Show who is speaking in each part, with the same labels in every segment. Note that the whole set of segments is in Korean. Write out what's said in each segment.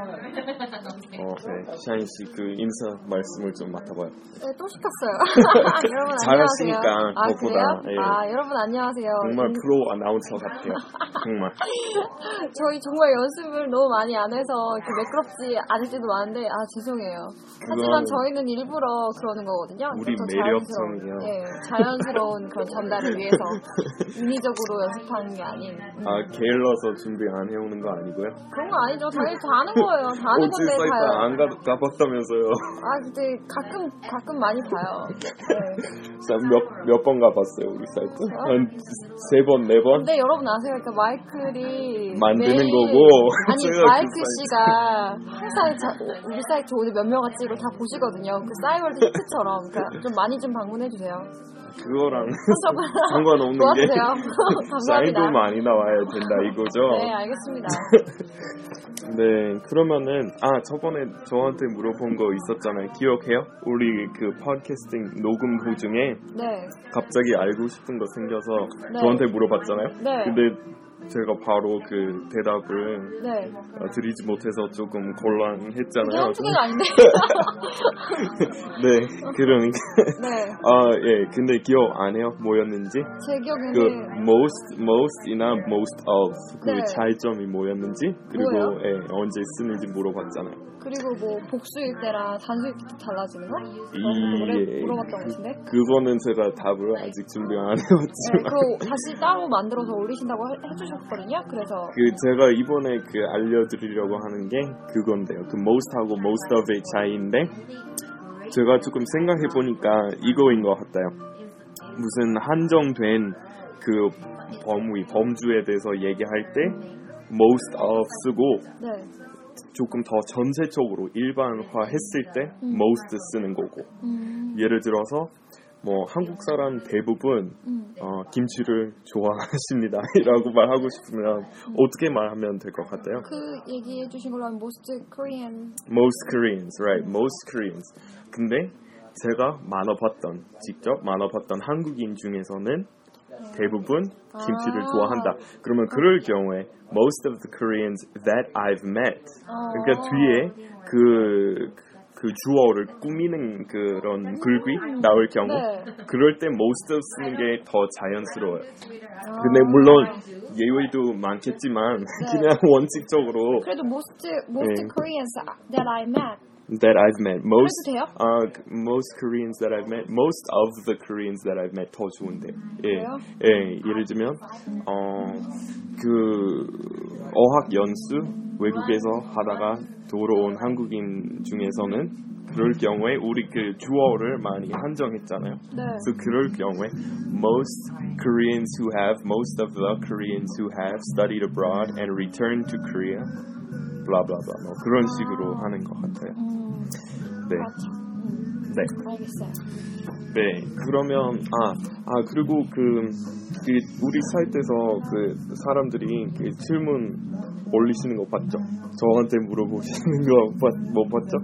Speaker 1: 어, 네. 샤인 씨 그 인사 말씀을 좀 맡아봐요.
Speaker 2: 네, 또 시켰어요. 여러분
Speaker 1: 잘하시니까,
Speaker 2: 안녕하세요. 아,
Speaker 1: 그것보다. 예.
Speaker 2: 그래요? 아, 여러분 안녕하세요.
Speaker 1: 정말
Speaker 2: 음,
Speaker 1: 프로 아나운서 같아요. 정말.
Speaker 2: 저희 정말 연습을 너무 많이 안 해서 이렇게 매끄럽지 않을 때도 많은데 아 죄송해요. 하지만
Speaker 1: 그건
Speaker 2: 저희는 일부러 그러는 거거든요.
Speaker 1: 우리
Speaker 2: 더
Speaker 1: 매력성이요.
Speaker 2: 자연스러운, 예, 자연스러운 그런 전달을 위해서 인위적으로 연습하는 게 아닌 음,
Speaker 1: 아 게을러서 준비 안 해오는 거 아니고요.
Speaker 2: 그런 거 아니죠. 당연히 다 아는 거예요. 다 아는
Speaker 1: 오지
Speaker 2: 건데
Speaker 1: 사이트
Speaker 2: 다요.
Speaker 1: 안 가, 가봤다면서요.
Speaker 2: 아 근데 가끔 가끔 많이 봐요. 네.
Speaker 1: 몇몇 번 가봤어요 우리 사이트.
Speaker 2: 아.
Speaker 1: 한 세 번 네 번.
Speaker 2: 근데 여러분 아세요? 그러니까 마이클이
Speaker 1: 만드는
Speaker 2: 매일-
Speaker 1: 거고
Speaker 2: 아니
Speaker 1: 제가
Speaker 2: 마이클
Speaker 1: 그 사이트-
Speaker 2: 씨가 항상 자- 우리 사이트 오늘 몇 명 왔지 이거 다 보시거든요. 그 싸이월드 히트처럼 그러니까 좀 많이 좀 방문해 주세요.
Speaker 1: 그거랑
Speaker 2: 저분
Speaker 1: 상관없는 게
Speaker 2: 도와주세요.
Speaker 1: 사인도
Speaker 2: 감사합니다.
Speaker 1: 많이 나와야 된다
Speaker 2: 네
Speaker 1: 이거죠.
Speaker 2: 알겠습니다.
Speaker 1: 네 그러면은 아 저번에 저한테 물어본 거 있었잖아요. 기억해요? 우리 그 팟캐스팅 녹음 도중에
Speaker 2: 네
Speaker 1: 갑자기 알고 싶은 거 생겨서
Speaker 2: 네.
Speaker 1: 저한테 물어봤잖아요.
Speaker 2: 네.
Speaker 1: 근데 제가 바로 그 대답을
Speaker 2: 네.
Speaker 1: 어, 드리지 못해서 조금
Speaker 2: 이게
Speaker 1: 곤란했잖아요.
Speaker 2: 헌팅이가 아닌데.
Speaker 1: 네, 그러니까
Speaker 2: 네.
Speaker 1: 아 예, 근데 기억 안 해요 뭐였는지
Speaker 2: 제 기억에는
Speaker 1: 그 most most이나 most of 그
Speaker 2: 네.
Speaker 1: 차이점이 뭐였는지 그리고
Speaker 2: 뭐예요?
Speaker 1: 예, 언제 쓰는지 물어봤잖아요.
Speaker 2: 그리고 뭐 복수일 때랑 단수일 때 달라지는 거?
Speaker 1: 이-
Speaker 2: 그런 거 물어봤던 것 같은데.
Speaker 1: 그거는 제가 답을 아직 준비 안 해봤지만
Speaker 2: 네, 그거 다시 따로 만들어서 올리신다고 해, 해주셨거든요. 그래서
Speaker 1: 그 제가 이번에 그 알려드리려고 하는 게 그건데요. 그 most하고 most of의 차이인데 제가 조금 생각해 보니까 이거인 것 같아요. 무슨 한정된 그 범위 범주에 대해서 얘기할 때 most of 쓰고
Speaker 2: 네,
Speaker 1: 조금 더 전체적으로 일반화했을 때
Speaker 2: 음.
Speaker 1: most 쓰는 거고
Speaker 2: 음,
Speaker 1: 예를 들어서 뭐 한국 사람 대부분
Speaker 2: 음,
Speaker 1: 어, 김치를 좋아하십니다라고 말하고 싶으면 어떻게 말하면 될 것 같아요?
Speaker 2: 그 얘기해 주신 걸로 하면 most Korean.
Speaker 1: Most Koreans, right? Most Koreans. 근데 제가 만나봤던 직접 만나봤던 한국인 중에서는 대부분 김치를
Speaker 2: 아.
Speaker 1: 좋아한다. 그러면 그럴 경우에 most of the Koreans that I've met.
Speaker 2: 어,
Speaker 1: 그러니까 뒤에 그, 그 주어를 꾸미는 그런 글귀 나올 경우
Speaker 2: 아. 네.
Speaker 1: 그럴 때 most of 쓰는 게 더 자연스러워요.
Speaker 2: 아,
Speaker 1: 근데
Speaker 2: 네.
Speaker 1: 그 네, 물론 예외도 많겠지만 그냥 원칙적으로
Speaker 2: 그래도 most most
Speaker 1: 네.
Speaker 2: Koreans that I met.
Speaker 1: that I've met most
Speaker 2: 그래도 돼요?
Speaker 1: 아, 그- most Koreans that I've met most of the Koreans that I've met 더 좋은데 예,
Speaker 2: 그래요?
Speaker 1: 예 예를 들면 어, 어그 어학 연수 외국에서 하다가 돌아온 한국인 중에서는 그럴 경우에 우리 그 주어를 많이 한정했잖아요.
Speaker 2: 네.
Speaker 1: 그래서 그럴 경우에 most Koreans who have most of the Koreans who have studied abroad and returned to Korea 블라블라블라 뭐 그런 식으로 하는 것 같아요.
Speaker 2: 음,
Speaker 1: 네.
Speaker 2: 맞죠. 음,
Speaker 1: 네.
Speaker 2: 알겠어요.
Speaker 1: 네, 그러면 아, 아 그리고 그, 그 우리 사이트에서 그 사람들이 그 질문 올리시는 거 봤죠? 저한테 물어보시는 거못 봤죠?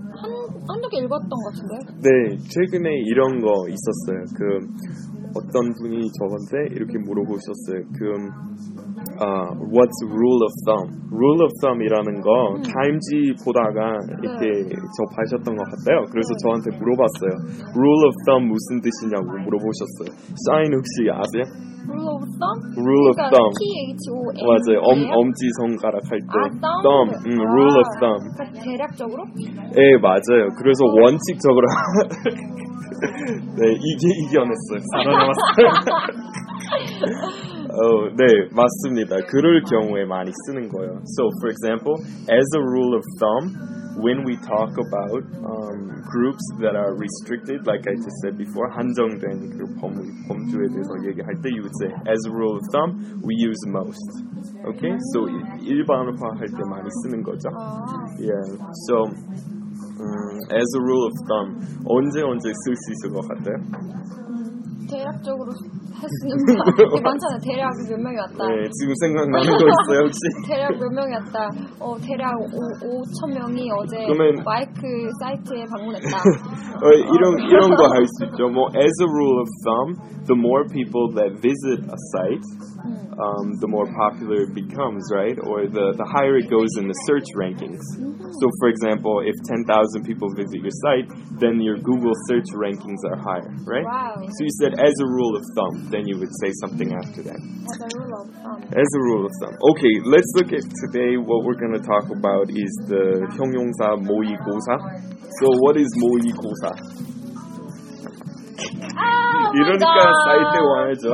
Speaker 2: 한한두 개 읽었던 것 같은데.
Speaker 1: 네, 최근에 이런 거 있었어요. 그 어떤 분이 저한테 이렇게 물어보셨어요. 그 아, what's rule of thumb? rule of thumb이라는 거 타임지 보다가 이렇게 접하셨던 것 같아요. 그래서 저한테 물어봤어요. rule of thumb 무슨 뜻이냐고 물어보셨어요. 사인 혹시 아세요?
Speaker 2: rule of thumb.
Speaker 1: rule of
Speaker 2: 그러니까
Speaker 1: thumb
Speaker 2: T H O M.
Speaker 1: 맞아요. 엄, 엄지 손가락 할 때
Speaker 2: 음, 아,
Speaker 1: thumb,
Speaker 2: thumb.
Speaker 1: 음,
Speaker 2: 아.
Speaker 1: rule of thumb.
Speaker 2: 그러니까 대략적으로?
Speaker 1: 예, 맞아요. 그래서 원칙적으로 네, 이게 이겨냈어요. 살아남았어요. 어, 네, 맞습니다. 그럴 경우에 많이 쓰는 거예요. So, for example, as a rule of thumb, when we talk about um, groups that are restricted, like I just said before, 한정된 그 범, 범주에 대해서 얘기할 때, you would say, as a rule of thumb, we use most. Okay? So, 일- 일반화할 때 많이 쓰는 거죠.
Speaker 2: 아,
Speaker 1: Yeah. So, um, as a rule of thumb, 언제 언제 쓸 수 있을 것 같아요?
Speaker 2: 대략적으로 했습니다. 이게 많잖아요. 대략 몇 명이 왔다.
Speaker 1: 네, 지금 생각나는 거 있어요 혹시?
Speaker 2: 대략 몇 명이 왔다. 어, 대략 5, 5천 명이 어제
Speaker 1: 그러면-
Speaker 2: 마이크 사이트에 방문했다.
Speaker 1: 어, 이런 이런 거 할 수 있죠. 뭐 as a rule of thumb, the more people that visit a site, um, the more popular it becomes, right? Or the the higher it goes in the search rankings. So, for example, if ten thousand people visit your site, then your Google search rankings are higher, right?
Speaker 2: Wow.
Speaker 1: So you said as a rule of thumb, then you would say something after that.
Speaker 2: As a rule of thumb.
Speaker 1: As a rule of thumb. Okay, let's look at today what we're going to talk about is the 형용사 모의고사. So what is 모의고사?
Speaker 2: 아,
Speaker 1: 이러니까 사이트에 와야죠.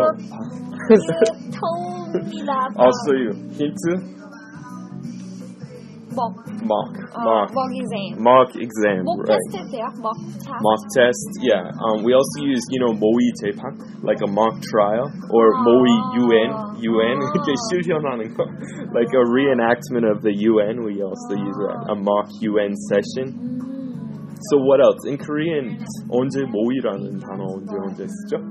Speaker 2: 더웁니다.
Speaker 1: Also you hint
Speaker 2: 먹,
Speaker 1: mock
Speaker 2: 어,
Speaker 1: mock
Speaker 2: 먹 인생.
Speaker 1: mock exam
Speaker 2: 먹
Speaker 1: right
Speaker 2: 테스트 했어요. 먹 차.
Speaker 1: mock test yeah um, we also use you know 모의 재판 like a mock trial or 모의 UN UN 이렇게 실현하는 거 like a reenactment of the UN we also use that a mock UN session
Speaker 2: 음,
Speaker 1: So what else? In Korean, 언제 모의라는 단어 언제 언제 쓰죠?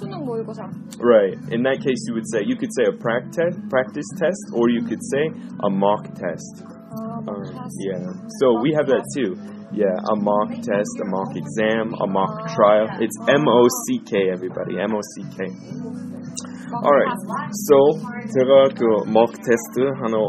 Speaker 2: 수능 모의고사.
Speaker 1: Right. In that case, you would say you could say a practice practice test, or you could say a mock test.
Speaker 2: 어,
Speaker 1: Um,
Speaker 2: 먹 테스트.
Speaker 1: yeah. So we have that too. Yeah, a mock test, a mock exam, a mock trial. It's M O C K, everybody. M O C K.
Speaker 2: 먹
Speaker 1: Alright.
Speaker 2: 테스트.
Speaker 1: So 제가 그 mock test 하나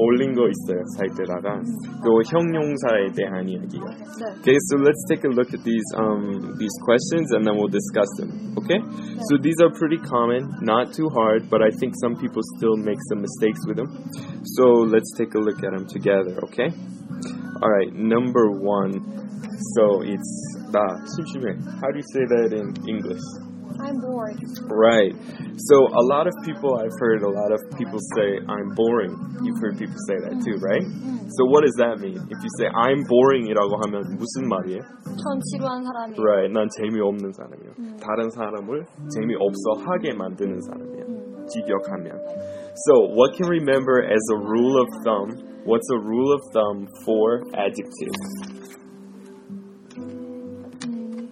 Speaker 1: 올린 거 있어요 사이트에다가 그 형용사에 대한 이야기요.
Speaker 2: 네.
Speaker 1: Okay, so let's take a look at these um, these questions and then we'll discuss them. Okay, so these are pretty common, not too hard, but I think some people still make some mistakes with them. So let's take a look at them together. Okay, all right, number one. So it's da How do you say that in English?
Speaker 2: I'm bored.
Speaker 1: Right. So a lot of people, I've heard a lot of people say, I'm boring. You've heard people say that too, right? So what does that mean? If you say, I'm boring이라고 하면 무슨 말이에요?
Speaker 2: 전 지루한 사람이에요.
Speaker 1: Right, 난 재미없는 사람이요. 다른 사람을 재미없어 하게 만드는 사람이야. 직역하면. So, what can remember as a rule of thumb? What's a rule of thumb for adjectives?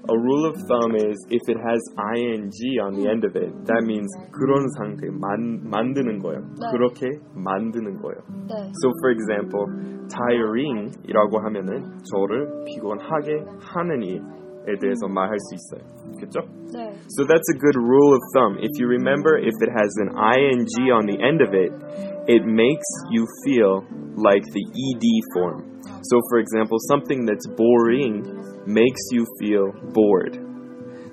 Speaker 1: A rule of thumb is if it has ing on the end of it, that means 그런 상태 만, 만드는 거예요.
Speaker 2: 네.
Speaker 1: 그렇게 만드는 거예요.
Speaker 2: 네.
Speaker 1: So for example, tiring이라고 하면은 저를 피곤하게 하는 일에 대해서 말할 수 있어요. 그렇죠?
Speaker 2: 네.
Speaker 1: So that's a good rule of thumb. If you remember, if it has an ing on the end of it, it makes you feel like the ed form. So for example, something that's boring makes you feel bored.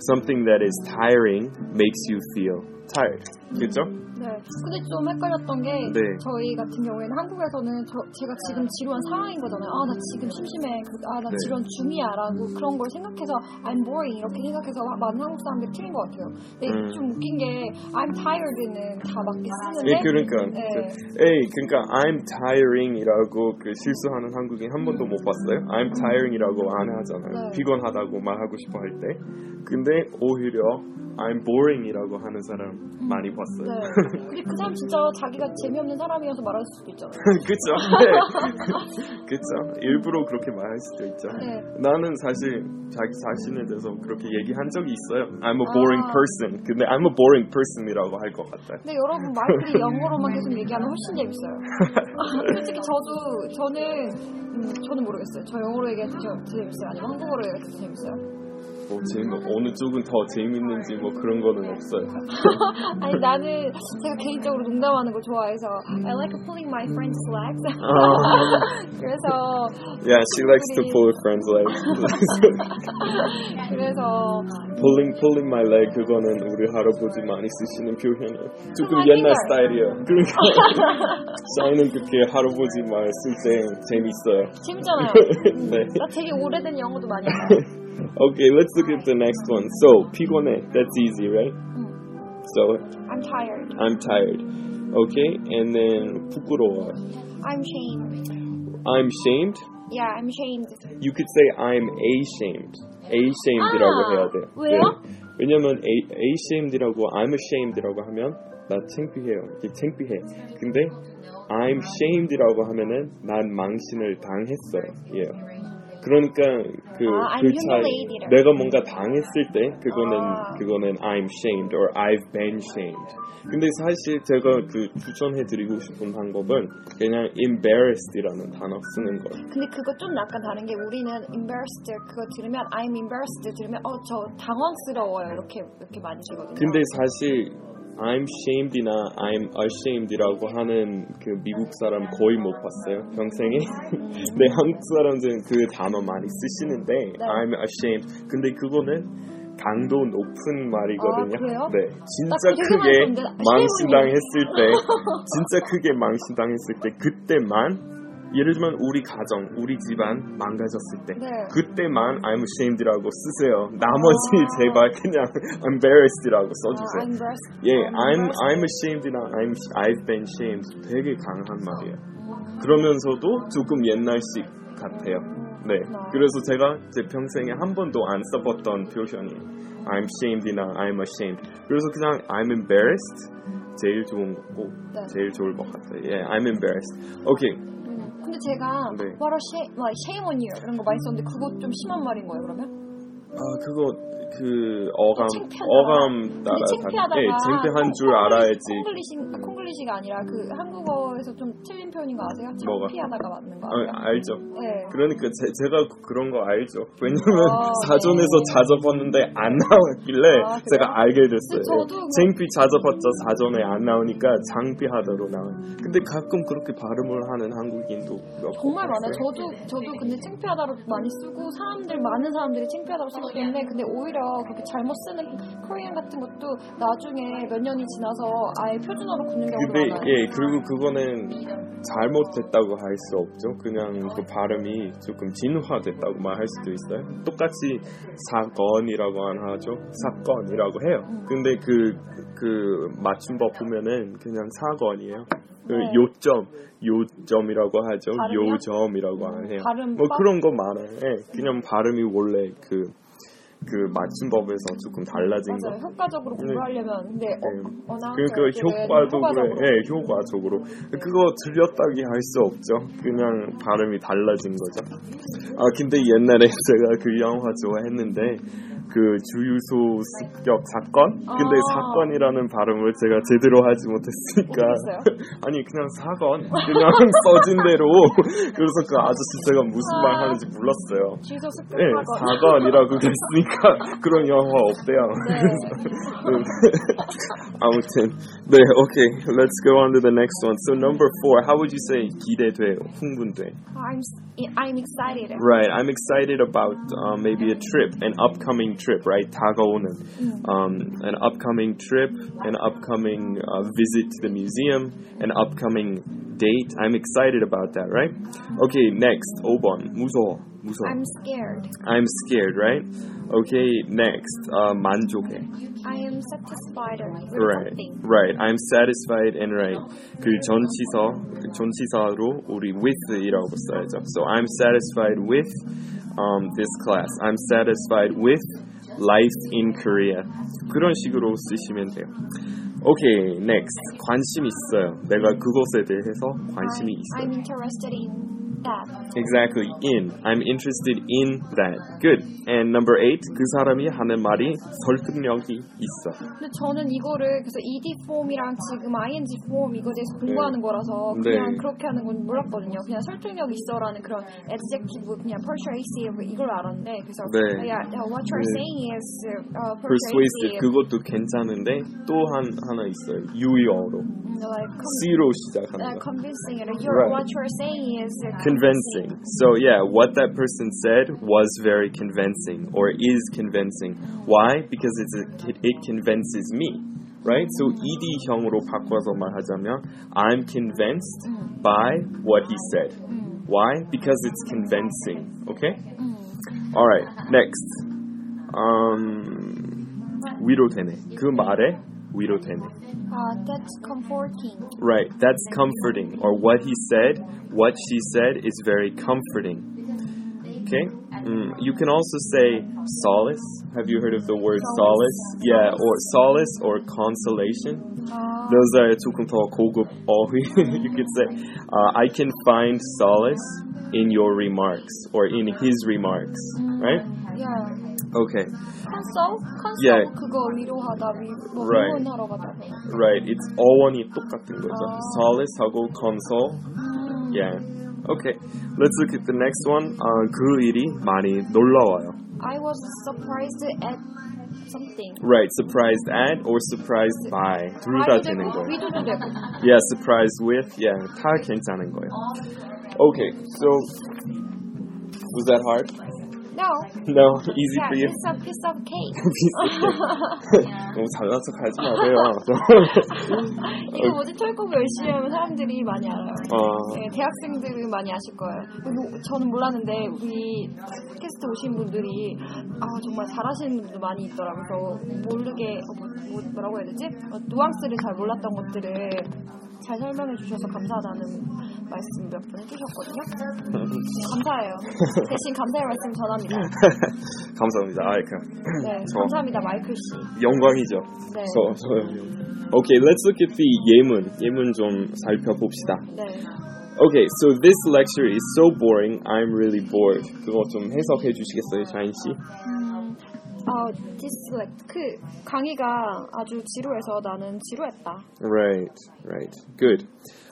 Speaker 1: Something that is tiring makes you feel tired. 그렇죠?
Speaker 2: 네. 근데 좀 헷갈렸던 게
Speaker 1: 네.
Speaker 2: 저희 같은 경우에는 한국에서는 저, 제가 지금 지루한 상황인 거잖아요. 아, 나 지금 심심해. 그, 아, 나
Speaker 1: 네.
Speaker 2: 지루한 중이야라고 그런 걸 생각해서 I'm boring 이렇게 생각해서 많은 한국 사람들이 틀린 것 같아요. 근데
Speaker 1: 음.
Speaker 2: 좀 웃긴 게 I'm tired는 다 맞게 쓰는데
Speaker 1: 예, 그러니까.
Speaker 2: 네.
Speaker 1: 에이, 그러니까 I'm tiring이라고 그 실수하는 한국인 한 번도 못 봤어요. I'm tiring이라고 안 하잖아요.
Speaker 2: 네.
Speaker 1: 피곤하다고 말하고 싶어 할 때. 근데 오히려 I'm boring이라고 하는 사람 많이 봤어요.
Speaker 2: 네. 근데 그 사람 진짜 자기가 재미없는 사람이어서 말할 수도 있잖아요.
Speaker 1: 그쵸? 네. 그쵸? 일부러 그렇게 말할 수도 있죠.
Speaker 2: 네.
Speaker 1: 나는 사실 자기 자신에 대해서 그렇게 얘기한 적이 있어요. I'm a boring
Speaker 2: 아.
Speaker 1: person. 근데 I'm a boring person이라고 할 것 같아요.
Speaker 2: 근데 여러분 말들이 영어로만 계속 얘기하면 훨씬 재밌어요. 아, 솔직히 저도 저는 음, 저는 모르겠어요. 저 영어로 얘기해도 저 재밌어요. 아니면 한국어로 얘기해도 재밌어요.
Speaker 1: 뭐 재미, 어느 쪽은 더 재밌는지 뭐 그런 거는 없어요.
Speaker 2: 아니 나는 제가 개인적으로 농담하는 걸 좋아해서 I like pulling my friend's legs. 그래서
Speaker 1: Yeah, she likes to pull her friend's legs.
Speaker 2: 그래서
Speaker 1: pulling, pulling my leg 그거는 우리 할아버지 많이 쓰시는 표현이에요. 조금
Speaker 2: 하긴
Speaker 1: 옛날
Speaker 2: 해요.
Speaker 1: 스타일이에요. 그러니까 저희는 그렇게 할아버지 말 쓸 때 재밌어요.
Speaker 2: 재밌잖아요.
Speaker 1: 네.
Speaker 2: 나 되게 오래된 영어도 많이 알아요.
Speaker 1: Okay, let's look at the next one. So 피곤해. That's easy, right? So
Speaker 2: I'm tired.
Speaker 1: I'm tired. Okay, and then 부끄러워.
Speaker 2: I'm shamed.
Speaker 1: I'm shamed.
Speaker 2: Yeah, I'm shamed.
Speaker 1: You could say I'm ashamed. Ashamed이라고
Speaker 2: 아,
Speaker 1: 해야 돼요.
Speaker 2: 왜요?
Speaker 1: 네. 왜냐면 a, ashamed이라고 I'm ashamed이라고 하면 나 창피해요. 이게 창피해. 근데 I'm shamed이라고 하면은 난 망신을 당했어요. 예. 그러니까 그,
Speaker 2: 아, I'm
Speaker 1: 그 차이
Speaker 2: humiliated.
Speaker 1: 내가 뭔가 당했을 때 그거는
Speaker 2: 아.
Speaker 1: 그거는 I'm shamed or I've been shamed. 근데 사실 제가 그 추천해드리고 싶은 방법은 그냥 embarrassed이라는 단어 쓰는 거예요.
Speaker 2: 근데 그거 좀 약간 다른 게 우리는 embarrassed 그거 들으면 I'm embarrassed 들으면 어 저 당황스러워요 이렇게 이렇게 많이 쓰거든요.
Speaker 1: 근데 사실 I'm shamed이나 I'm ashamed이라고 하는 그 미국 사람 거의 못 봤어요 평생에. 네 한국 사람들은 그 단어 많이 쓰시는데
Speaker 2: 네.
Speaker 1: I'm ashamed. 근데 그거는 강도 높은 말이거든요.
Speaker 2: 아, 그래요?
Speaker 1: 네, 진짜
Speaker 2: 그
Speaker 1: 크게
Speaker 2: 생각했는데
Speaker 1: 망신당했을 때, 진짜 크게 망신당했을 때 그때만 예를 들면 우리 가정, 우리 집안 망가졌을 때
Speaker 2: 네.
Speaker 1: 그때만 I'm ashamed이라고 쓰세요. 나머지 제발 그냥 embarrassed이라고
Speaker 2: 아,
Speaker 1: 써주세요.
Speaker 2: I'm embarrassed.
Speaker 1: 예, I'm I'm ashamed이나 I'm I've been shamed 되게 강한 말이에요. 그러면서도 조금 옛날식 같아요. 네, 그래서 제가 제 평생에 한 번도 안 써봤던 표현이에요. I'm shamed이나 I'm ashamed. 그래서 그냥 I'm embarrassed 제일 좋은 거고
Speaker 2: 네.
Speaker 1: 제일 좋을 것 같아요. 예, I'm embarrassed. 오케이,
Speaker 2: 음, 근데 제가
Speaker 1: 네.
Speaker 2: what a shame, like shame on you 이런 거 많이 썼는데 그거 좀 심한 말인 거예요 그러면?
Speaker 1: 아 그거 그 어감
Speaker 2: 창피하다.
Speaker 1: 어감 따라
Speaker 2: 근데 그 창피하다가
Speaker 1: 예, 창피한 줄 알아야지.
Speaker 2: 콩글리시 콩글리시가 아니라 그 한국어에서 좀 틀린 표현인 거 아세요?
Speaker 1: 뭐가?
Speaker 2: 창피하다가 맞는 거
Speaker 1: 아,
Speaker 2: 아세요?
Speaker 1: 알죠.
Speaker 2: 네.
Speaker 1: 그러니까 제, 가 그런 거 알죠. 왜냐면
Speaker 2: 아,
Speaker 1: 사전에서
Speaker 2: 네.
Speaker 1: 찾아봤는데 안 나왔길래
Speaker 2: 아, 그래요?
Speaker 1: 제가 알게 됐어요.
Speaker 2: 근데 저도 그-
Speaker 1: 창피 찾아봤자 사전에 안 나오니까 창피하다로 나와요. 근데 가끔 그렇게 발음을 하는 한국인도 몇
Speaker 2: 정말
Speaker 1: 분 봤어요.
Speaker 2: 많아요. 저도 저도 근데 창피하다로 많이 쓰고 사람들 많은 사람들이 창피하다고 쓰기 때문에 근데 오히려 그렇게 잘못 쓰는 코리안 같은 것도 나중에 몇 년이 지나서 아예 표준어로 굳는 경우가
Speaker 1: 근데
Speaker 2: 많아요.
Speaker 1: 예 그리고 그거는 잘못됐다고 할 수 없죠. 그냥 그 발음이 조금 진화됐다고 말할 수도 있어요. 똑같이 사건이라고 안 하죠. 사건이라고 해요.
Speaker 2: 음.
Speaker 1: 근데 그 그 맞춤법 보면은 그냥 사건이에요. 그
Speaker 2: 네.
Speaker 1: 요점 요점이라고 하죠.
Speaker 2: 발음이요?
Speaker 1: 요점이라고 안 해요.
Speaker 2: 발음
Speaker 1: 뭐
Speaker 2: 법?
Speaker 1: 그런 거 많아요. 예, 그냥 발음이 원래 그 그 맞춤법에서 조금 달라진 거.
Speaker 2: 맞아요. 효과적으로 공부하려면 근데
Speaker 1: 네.
Speaker 2: 어, 나
Speaker 1: 그러니까 효과적으로, 예, 효과적으로. 그거 들렸다기 할 수 없죠. 그냥 발음이 달라진 거죠. 아, 근데 옛날에 제가 그 영화 좋아했는데, 그 주유소 습격 사건? 근데
Speaker 2: 아.
Speaker 1: 사건이라는 발음을 제가 제대로 하지 못했으니까.
Speaker 2: 어떻게
Speaker 1: 아니, 그냥 사건? 그냥 써진 대로. 그래서 그 아저씨 제가 무슨 말
Speaker 2: 아.
Speaker 1: 하는지 몰랐어요.
Speaker 2: 지소 습득
Speaker 1: 예,
Speaker 2: 사건.
Speaker 1: 사건이라고 그랬으니까 그런 영화 없대요.
Speaker 2: 네.
Speaker 1: 아무튼 네 okay let's go on to the next one so number four how would you say 기대돼 흥분돼
Speaker 2: I'm I'm excited.
Speaker 1: right I'm excited about uh, maybe a trip an upcoming trip right 다가오는 um, an upcoming trip an upcoming uh, visit to the museum an upcoming date I'm excited about that right okay next 5번 무서워 무서워
Speaker 2: I'm scared.
Speaker 1: I'm scared right okay next uh, 만족해
Speaker 2: I am satisfied with
Speaker 1: Right,
Speaker 2: something.
Speaker 1: right. I'm satisfied and right. 그 전치사, 그 전치사로 우리 with이라고 써야죠. So I'm satisfied with um, this class. I'm satisfied with life in Korea. 그런 식으로 쓰시면 돼요. Okay, next. 관심 있어요. 내가 그것에 대해서 관심이 있어요.
Speaker 2: I'm interested in that.
Speaker 1: Exactly, in. I'm interested in that. Good. And number eight, 그 사람이 하는 말이 설득력이 있어.
Speaker 2: 근데 저는 이거를 그래서 ED 폼이랑 지금 ING 폼 이거에 대해서 공부하는 거라서
Speaker 1: 네.
Speaker 2: 그냥 그렇게 하는 건 몰랐거든요. 그냥 설득력 있어라는 그런 adjective 그냥 persuasive 이걸 알았는데 그래서
Speaker 1: 네.
Speaker 2: yeah, uh, what you're
Speaker 1: 네.
Speaker 2: saying is uh,
Speaker 1: persuasive
Speaker 2: persuasive.
Speaker 1: 그것도 괜찮은데 또 한 하나 있어요 유의어로
Speaker 2: 음, like con-
Speaker 1: C로
Speaker 2: uh,
Speaker 1: 시작하는 거
Speaker 2: convincing. Like, you're,
Speaker 1: Right.
Speaker 2: What you're saying is uh,
Speaker 1: convincing so yeah what that person said was very convincing or is convincing why because it's a, it convinces me right so E ed형으로 바꿔서 말하자면 I'm convinced by what he said why because it's convincing okay all right next um 위로되네 그 말에 위로되네
Speaker 2: Uh, that's comforting.
Speaker 1: Right, that's comforting. Or what he said, what she said is very comforting. Okay? Mm, you can also say solace. Have you heard of the word solace?
Speaker 2: Solace.
Speaker 1: Yeah, or solace or consolation.
Speaker 2: 아,
Speaker 1: those are 조금 더 고급 어휘. you could say, uh, I can find solace in your remarks or in his remarks, right?
Speaker 2: Yeah.
Speaker 1: Okay,
Speaker 2: 컨설? 컨설
Speaker 1: 예.
Speaker 2: 그거 위로하다 위, 뭐
Speaker 1: Right.
Speaker 2: 응원하러 가다
Speaker 1: right. It's 어원이 똑같은 거죠.
Speaker 2: 아.
Speaker 1: Solace하고 console.
Speaker 2: 음,
Speaker 1: Yeah. Okay, let's look at the next one. Uh, 그 일이 많이 놀라워요.
Speaker 2: I was surprised at something
Speaker 1: Right, surprised at or surprised by. 둘 다
Speaker 2: 아이도
Speaker 1: 되는
Speaker 2: 되고
Speaker 1: 거예요.
Speaker 2: 뭐 위도도 되고
Speaker 1: Yeah, surprised with. Yeah, 다 괜찮은 거예요. Okay, so was that hard?
Speaker 2: No,
Speaker 1: No, easy
Speaker 2: yeah,
Speaker 1: for you.
Speaker 2: it's a piece of cake
Speaker 1: 너무 잘난 척 하지 마세요.
Speaker 2: 이거 뭐지 털곡 열심히 하면 사람들이 많이 알아요
Speaker 1: 어,
Speaker 2: 네, 대학생들은 많이 아실 거예요. 그리고 저는 몰랐는데 우리 팟캐스트 오신 분들이 아 정말 잘하시는 분들 많이 있더라고요. 그래서 모르게 어, 뭐, 라고 해야 되지? 어, 누앙스를 잘 몰랐던 것들을 잘 설명해 주셔서 감사하다는 말씀 몇 분 해주셨거든요. 감사해요. 대신 감사의 말씀 전합니다.
Speaker 1: 감사합니다. 아, 그
Speaker 2: 네,
Speaker 1: 저-
Speaker 2: 감사합니다, 마이클 씨.
Speaker 1: 영광이죠.
Speaker 2: 네,
Speaker 1: 저, 저 Okay, let's look at the 예문. 예문 좀 살펴봅시다.
Speaker 2: 네.
Speaker 1: Okay, so this lecture is so boring. I'm really bored. 그거 좀 해석해 주시겠어요, 자인 씨?
Speaker 2: 아, 디스렉 그 강의가 아주 지루해서 나는 지루했다.
Speaker 1: Right, right. Good.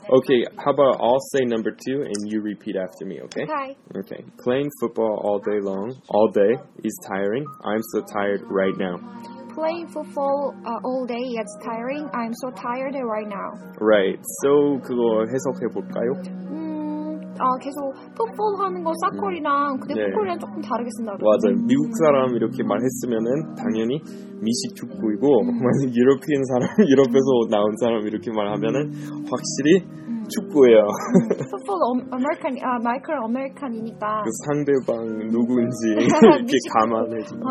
Speaker 1: Okay, how about I'll say number two and you repeat after me, okay?
Speaker 2: Okay.
Speaker 1: Okay. Playing football all day long, all day, is tiring. I'm so tired right now.
Speaker 2: Playing football uh, all day is tiring. I'm so tired right now.
Speaker 1: Right, so 그거 해석해 볼까요?
Speaker 2: 음, 아 계속 풋볼 하는 거 사커리랑 근데
Speaker 1: 네.
Speaker 2: 풋볼이랑 조금 다르게 쓴다. 그래.
Speaker 1: 맞아요. 미국 사람 이렇게 말했으면은 당연히 미식 축구이고, 만약 유럽인 사람, 유럽에서 나온 사람 이렇게 말하면은 확실히 축구예요.
Speaker 2: 풋볼 어- 아메리칸 아 마이클 아메리칸이니까.
Speaker 1: 그 상대방 누구인지 이렇게
Speaker 2: 미식
Speaker 1: 감안해 주는. 네.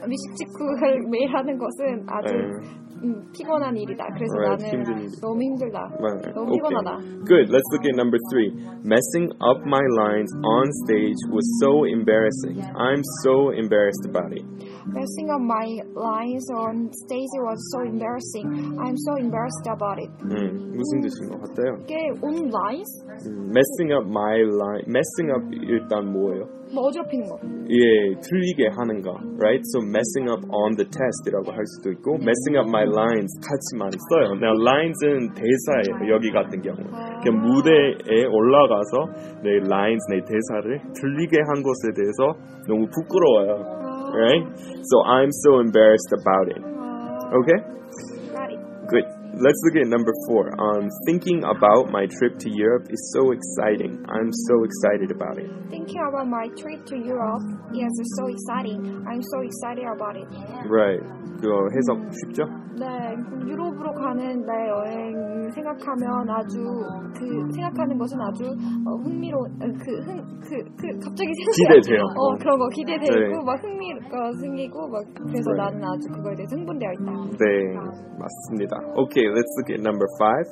Speaker 2: 어, 미식직구를 매일 하는 것은 아주
Speaker 1: 네.
Speaker 2: 음, 피곤한 일이다. 그래서
Speaker 1: Right,
Speaker 2: 나는
Speaker 1: 힘든 일이다.
Speaker 2: 너무 힘들다.
Speaker 1: Right.
Speaker 2: 너무 피곤하다.
Speaker 1: Good. Let's look at number three. Messing up my lines on stage was so embarrassing. I'm so embarrassed about it.
Speaker 2: Messing up my lines on stage was so embarrassing. I'm so embarrassed about it.
Speaker 1: 음, 무슨 뜻인 것 같아요?
Speaker 2: 이게 on lines?
Speaker 1: 음, messing up my line. Messing up 일단 뭐예요?
Speaker 2: 뭐 어지럽히는 거.
Speaker 1: 예, 틀리게 하는 거. Right? So messing up on the test이라고 할 수도 있고, messing up my lines 같이 많이 써요. Now lines은 대사예요. 여기 같은 경우. 그냥 무대에 올라가서 내 lines, 내 대사를 틀리게 한 것에 대해서 너무 부끄러워요. right? So I'm so embarrassed about it.
Speaker 2: 아,
Speaker 1: Okay?
Speaker 2: Got it.
Speaker 1: Good. Let's look at number four. Um, thinking about my trip to Europe is so exciting. I'm so excited about it.
Speaker 2: Thinking about my trip to Europe is so exciting. I'm so excited about it.
Speaker 1: Right. 그거 해석 쉽죠?
Speaker 2: 네, 유럽으로 가는 내 여행 생각하면 아주 그 생각하는 것은 아주 어, 흥미로 그흥그 그, 갑자기 생각이
Speaker 1: 기대돼요.
Speaker 2: 안- 어 그런 거 기대되고
Speaker 1: 네.
Speaker 2: 막 흥미가 생기고 막 그래서
Speaker 1: 네.
Speaker 2: 나는 아주 그거에 대해서 흥분되어 있다.
Speaker 1: 네, 맞습니다. Okay, let's look at number five.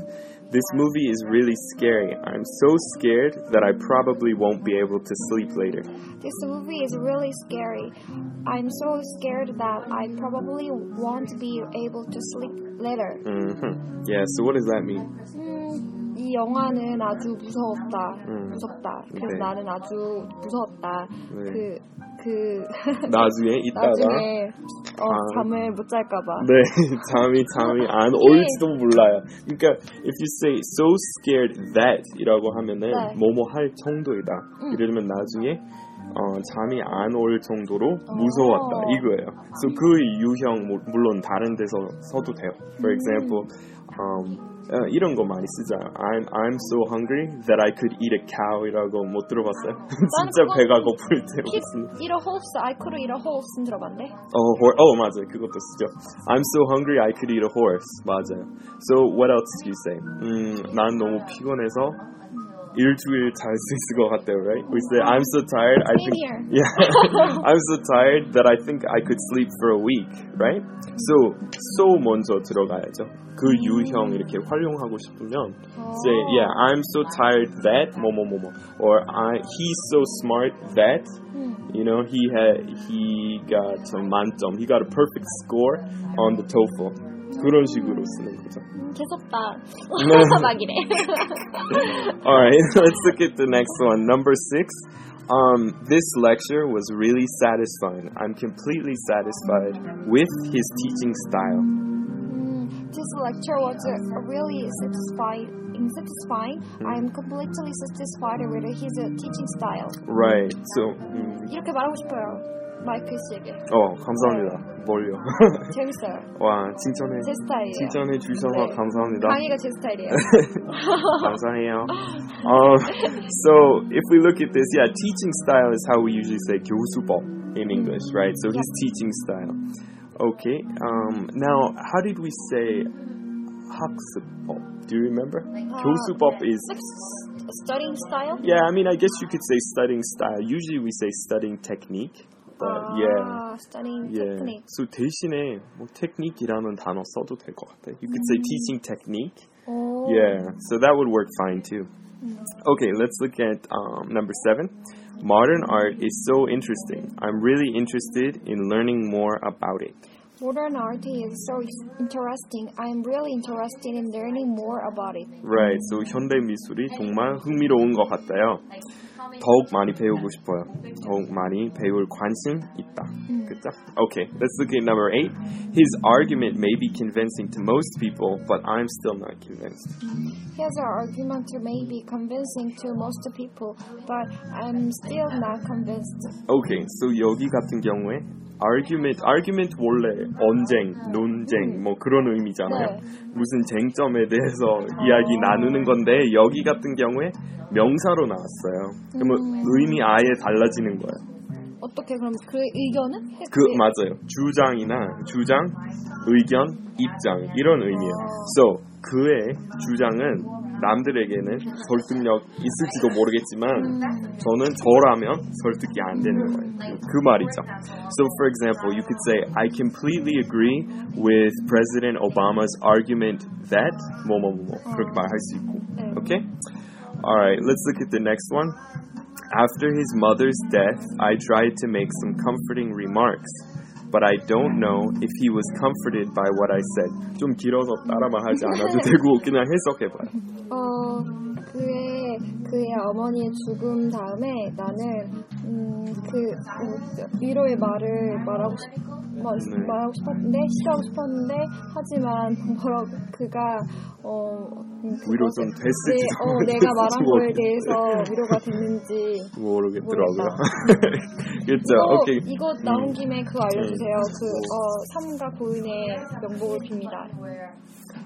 Speaker 1: This movie is really scary. I'm so scared that I probably won't be able to sleep later.
Speaker 2: This movie is really scary. I'm so scared that I probably won't be able to sleep later.
Speaker 1: Mhm. Yeah, so what does that mean?
Speaker 2: 음, 이 영화는 아주 무서웠다.
Speaker 1: 음.
Speaker 2: 무섭다. 그래서
Speaker 1: 네.
Speaker 2: 나는 아주 무서웠다.
Speaker 1: 네.
Speaker 2: 그, 그,
Speaker 1: 나중에 이따가
Speaker 2: 나중에 어,
Speaker 1: 아.
Speaker 2: 잠을 못 잘까봐.
Speaker 1: 네, 잠이 잠이 안 올지도 몰라요. 그러니까 if you say so scared that 이라고 하면은
Speaker 2: 네.
Speaker 1: 뭐뭐 할 정도이다.
Speaker 2: 음.
Speaker 1: 이러면 나중에 어, 잠이 안 올 정도로 무서웠다
Speaker 2: 어.
Speaker 1: 이거예요. So 그 유형 뭐- 물론 다른 데서 써도 돼요.
Speaker 2: 음.
Speaker 1: For example, um, 어, 이런 거 많이 쓰자. I'm I'm so hungry that I could eat a cow이라고 못 들어봤어요. 진짜
Speaker 2: 그거-
Speaker 1: 배가 고플 때
Speaker 2: Keep
Speaker 1: 무슨
Speaker 2: eat a horse, I could eat a horse 들어봤네.
Speaker 1: Oh, hor- oh, 맞아요. 그것도 쓰죠. I'm so hungry I could eat a horse. 맞아요. So what else do you say? 음, 난 너무 피곤해서 일주일 잘 수 있을 것 같아요, right? We say I'm so tired I
Speaker 2: Same
Speaker 1: think
Speaker 2: here.
Speaker 1: yeah, I'm so tired that I think I could sleep for a week, right? So so 먼저 들어가야죠. 그 유형 이렇게 활용하고 싶으면 say yeah, I'm so tired that 뭐뭐뭐뭐 or I he's so smart that
Speaker 2: 음.
Speaker 1: you know, he had he got a 만점. He got a perfect score on the TOEFL. 그런 식으로 쓰는 거죠.
Speaker 2: 재수없다.
Speaker 1: 네.
Speaker 2: 막 이래.
Speaker 1: All right, let's look at the next one. Number six. Um, this lecture was really satisfying. I'm completely satisfied with his teaching style.
Speaker 2: This lecture was uh, really satisfying. satisfying.
Speaker 1: Hmm.
Speaker 2: I am completely satisfied with his uh, teaching style.
Speaker 1: Right. So, 음,
Speaker 2: 이렇게 말하고 싶어요. 마이클 씨에게.
Speaker 1: 어 oh, 감사합니다. 뭘요?
Speaker 2: 재밌어요.
Speaker 1: 와 칭찬해
Speaker 2: 제 스타일이에요.
Speaker 1: 칭찬해 주셔서
Speaker 2: 네.
Speaker 1: 감사합니다.
Speaker 2: 강의가 제 스타일이에요.
Speaker 1: 감사해요. Um, so if we look at this, yeah, teaching style is how we usually say 교수법 in English, right? So his teaching style. Okay. Um, now, how did we say 학습법? Do you remember?
Speaker 2: uh,
Speaker 1: 교수법 is
Speaker 2: studying style?
Speaker 1: yeah. I mean, I guess you could say studying style. Usually we say studying technique, but yeah.
Speaker 2: 아, studying
Speaker 1: 예.
Speaker 2: Ah, technique.
Speaker 1: So 대신에 뭐 technique이라는 단어 써도 될 것 같아. You could say teaching technique.
Speaker 2: 오.
Speaker 1: Yeah, so that would work fine too. Okay, let's look at um, number seven. Modern art is so interesting. I'm really interested in learning more about it.
Speaker 2: Modern art is so interesting. I'm really interested in learning more about it.
Speaker 1: Right, so 현대 미술이 정말 흥미로운 것 같아요. 더욱 많이 배우고 싶어요. 더욱 많이 배울 관심 있다. 그죠? Okay, let's look at number eight. His argument may be convincing to most people, but I'm still not convinced.
Speaker 2: His argument may be convincing to most people, but I'm still not convinced.
Speaker 1: Okay, so 여기 같은 경우에 argument, argument 원래 언쟁, 논쟁 뭐 그런 의미잖아요.
Speaker 2: 음. 네.
Speaker 1: 무슨 쟁점에 대해서 이야기 나누는 건데 여기 같은 경우에 명사로 나왔어요. 그러면
Speaker 2: 음.
Speaker 1: 의미 아예 달라지는 거예요.
Speaker 2: 어떻게 그럼 그 의견은?
Speaker 1: 그 맞아요. 주장이나 주장, 의견, 입장 이런 의미예요. So 그의 주장은 남들에게는 설득력 있을지도 모르겠지만 저는 저라면 설득이 안 되는 거예요. 그 말이죠. So for example, you could say I completely agree with President Obama's argument that 뭐뭐뭐 그렇게 말할 수 있고.
Speaker 2: 네.
Speaker 1: Okay? All right, let's look at the next one. After his mother's death, I tried to make some comforting remarks, but I don't know if he was comforted by what I said. 좀 길어서 따라만 하지 않아도 되고 그냥 해석해 봐요.
Speaker 2: 어 그의 그의 어머니의 죽음 다음에 나는 음그 위로의 말을 말하고 싶 말,
Speaker 1: 네.
Speaker 2: 말하고 싶었는데 싫어하고 싶었는데 하지만 뭐라 그가 어 음,
Speaker 1: 위로 좀
Speaker 2: 그것에-
Speaker 1: 됐을지도
Speaker 2: 네, 어, 내가
Speaker 1: 모르겠어요.
Speaker 2: 말한 거에 대해서 위로가 됐는지
Speaker 1: 모르겠더라고요. 그렇죠.
Speaker 2: 이거,
Speaker 1: 오케이.
Speaker 2: 어,
Speaker 1: 음.
Speaker 2: 이거 나온 김에 그거 알려주세요 그어 삼가 고인의 명복을 빕니다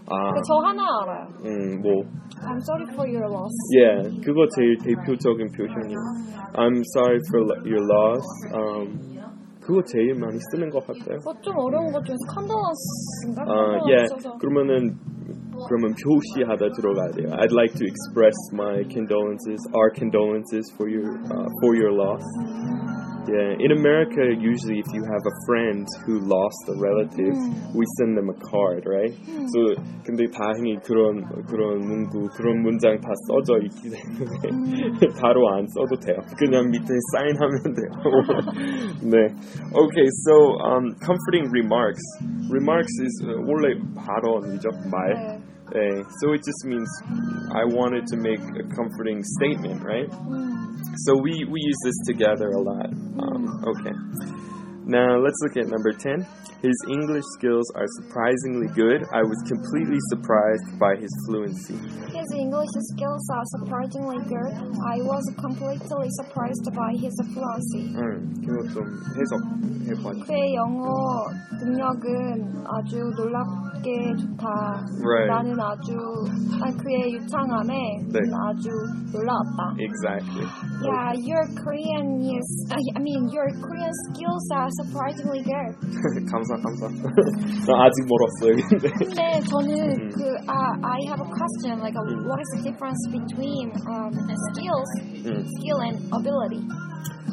Speaker 1: 아,
Speaker 2: 그 저 하나 알아요
Speaker 1: 음, 뭐
Speaker 2: I'm sorry for your loss
Speaker 1: Yeah, 그거 제일 대표적인 표현이에요. I'm sorry for lo- your loss. Um, 그거 제일 많이 쓰는 것 같아요.
Speaker 2: 어, 좀 어려운 것 중에서 컨도런스인가?
Speaker 1: 아,
Speaker 2: 컨도런스
Speaker 1: 예.
Speaker 2: 써서.
Speaker 1: 그러면은 그러면 표시하다 들어가야 돼요. I'd like to express my condolences, our condolences for your uh, for your loss. Yeah, in America, usually if you have a friend who lost a relative, we send them a card, right? So 근데 다행히 그런 그런 문구 그런 문장 다 써져 있기 때문에 바로 안 써도 돼요. 그냥 밑에 사인하면 돼요. 네. Okay, so um, comforting remarks. Remarks is uh, 원래 발언이죠 말.
Speaker 2: 네.
Speaker 1: 예, so it just means I wanted to make a comforting statement, right?
Speaker 2: 음,
Speaker 1: So we, we use this together a lot. Um, okay. Now let's look at number 10. His English skills are surprisingly good. I was completely surprised by his fluency.
Speaker 2: His English skills are surprisingly good. I was completely surprised by his fluency.
Speaker 1: 음, 그거 좀 해석해봐요.
Speaker 2: 그의 영어 능력은 아주 놀랍게 좋다.
Speaker 1: Right.
Speaker 2: 나는 아주 아, 그의 유창함에
Speaker 1: 네.
Speaker 2: 아주 놀라웠다.
Speaker 1: Exactly.
Speaker 2: Yeah, your Korean is I I mean your Korean skills are surprisingly good.
Speaker 1: 감사, 감사. 나 아직 멀었어요, 근데.
Speaker 2: 근데 저는 그 아, I have a question like uh, what is the difference between um, skills,
Speaker 1: 음.
Speaker 2: skill and ability?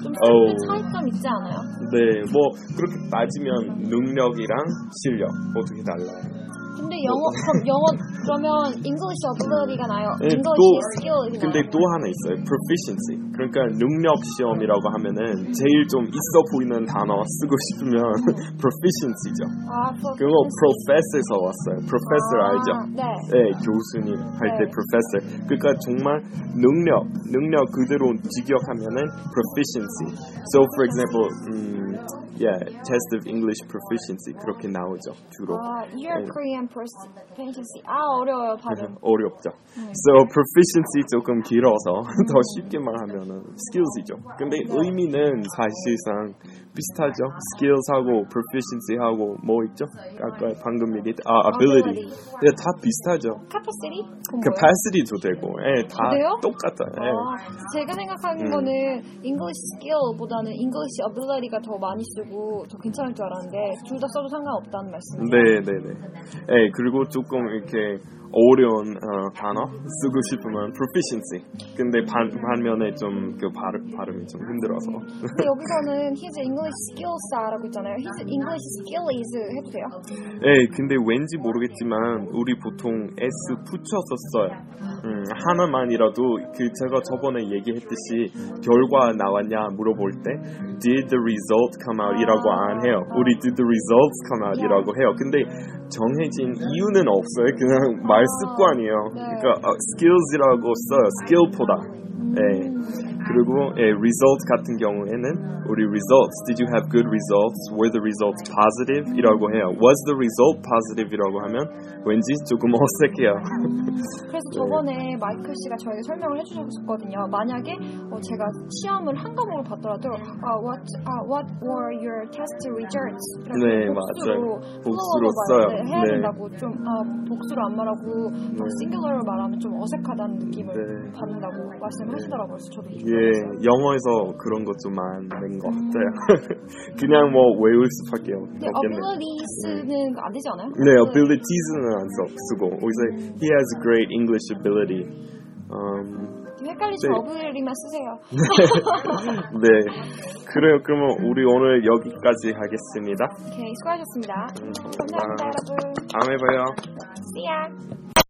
Speaker 2: 좀
Speaker 1: 어우.
Speaker 2: 차이점 있지 않아요?
Speaker 1: 네, 뭐, 그렇게 따지면 능력이랑 실력, 어떻게 달라요?
Speaker 2: 근데 근데 영어 그럼 영어 그러면 English 어플이가 나요.
Speaker 1: 예,
Speaker 2: English
Speaker 1: 또-
Speaker 2: skill이 나요.
Speaker 1: 근데 또 하나 있어요. proficiency. 그러니까 능력 시험이라고 하면은 제일 좀 있어 보이는 단어 쓰고 싶으면 proficiency죠.
Speaker 2: 아, 그거
Speaker 1: 그거 professor에서 왔어요. professor 알죠?
Speaker 2: 네.
Speaker 1: 네, 교수님 할 때
Speaker 2: 네.
Speaker 1: professor. 그러니까 정말 능력, 능력 그대로 직역하면은 proficiency. So for example, 음, yeah, test of English proficiency 그렇게 나오죠 주로.
Speaker 2: 아, Year
Speaker 1: 네.
Speaker 2: Korean Proficiency. 아, 어려워요, 발음.
Speaker 1: 어렵죠. So proficiency 조금 길어서 더 쉽게 말하면은 skills이죠. 근데
Speaker 2: 네.
Speaker 1: 의미는 사실상 비슷하죠. skills하고 proficiency하고 뭐 있죠? 아까 방금 얘기했 아 ability. 네, 다 비슷하죠.
Speaker 2: Capacity? 그건 뭐예요?
Speaker 1: capacity도 되고, 예, 다
Speaker 2: 그래요?
Speaker 1: 똑같아요. 예.
Speaker 2: 아, 제가 생각하는
Speaker 1: 네. 음.
Speaker 2: 거는 English skill보다는 English ability가 더 많이 쓰고 더 괜찮을 줄 알았는데 둘 다 써도 상관없다는 말씀.
Speaker 1: 네, 네, 네. 예, 그리고 조금 이렇게 어려운 어, 단어 쓰고 싶으면 proficiency. 근데 반, 반면에 좀 그 발음, 발음이 좀 힘들어서.
Speaker 2: 근데 여기서는 his English skills are라고 있잖아요. his English skill is 해도 돼요?
Speaker 1: 예, 근데 왠지 모르겠지만 우리 보통 S 붙여서 써요. 음, 하나만이라도 그 제가 저번에 얘기했듯이 결과 나왔냐 물어볼 때 Did the result come out이라고 안 해요. 우리 Did the results come out이라고 해요. 근데 정해진 이유는 없어요. 그냥 말 습관이에요. 그러니까 어, skills이라고 써요. skill보다. 예. 그리고 예, result 같은 경우에는 우리 results did you have good results were the results positive 이라고 해요 was the result positive 이라고 하면 왠지 조금 어색해요
Speaker 2: 그래서
Speaker 1: 네.
Speaker 2: 저번에 마이클 씨가 저에게 설명을 해주셨거든요. 만약에 어, 제가 시험을 한 과목을 봤더라도 아, what, 아, what were your test results?
Speaker 1: 네,
Speaker 2: 이렇게
Speaker 1: 맞아요.
Speaker 2: 복수로,
Speaker 1: 복수로
Speaker 2: 플로어로 말-
Speaker 1: 써요.
Speaker 2: 네, 해야
Speaker 1: 네.
Speaker 2: 된다고 좀 아, 복수로 안 말하고 네. 싱글러로 말하면 좀 어색하다는 느낌을
Speaker 1: 네.
Speaker 2: 받는다고 말씀하시더라고요. 그래서 저도 좀
Speaker 1: 예 영어에서 그런 것 좀 많은 것 같아요 그냥 뭐 외울 수밖에 없-
Speaker 2: 근데
Speaker 1: 없겠네요
Speaker 2: abilities는 안 되지 않아요? 그
Speaker 1: 네 abilities는 안 써- 쓰고 우리 he has great English ability 음, 네.
Speaker 2: 헷갈리시면 ability만 쓰세요.
Speaker 1: 네 그래요 그러면 우리 오늘 여기까지 하겠습니다
Speaker 2: 오케이, 수고하셨습니다.
Speaker 1: 음,
Speaker 2: 감사합니다,
Speaker 1: 아,
Speaker 2: 여러분.
Speaker 1: 다음에 봐요
Speaker 2: See ya.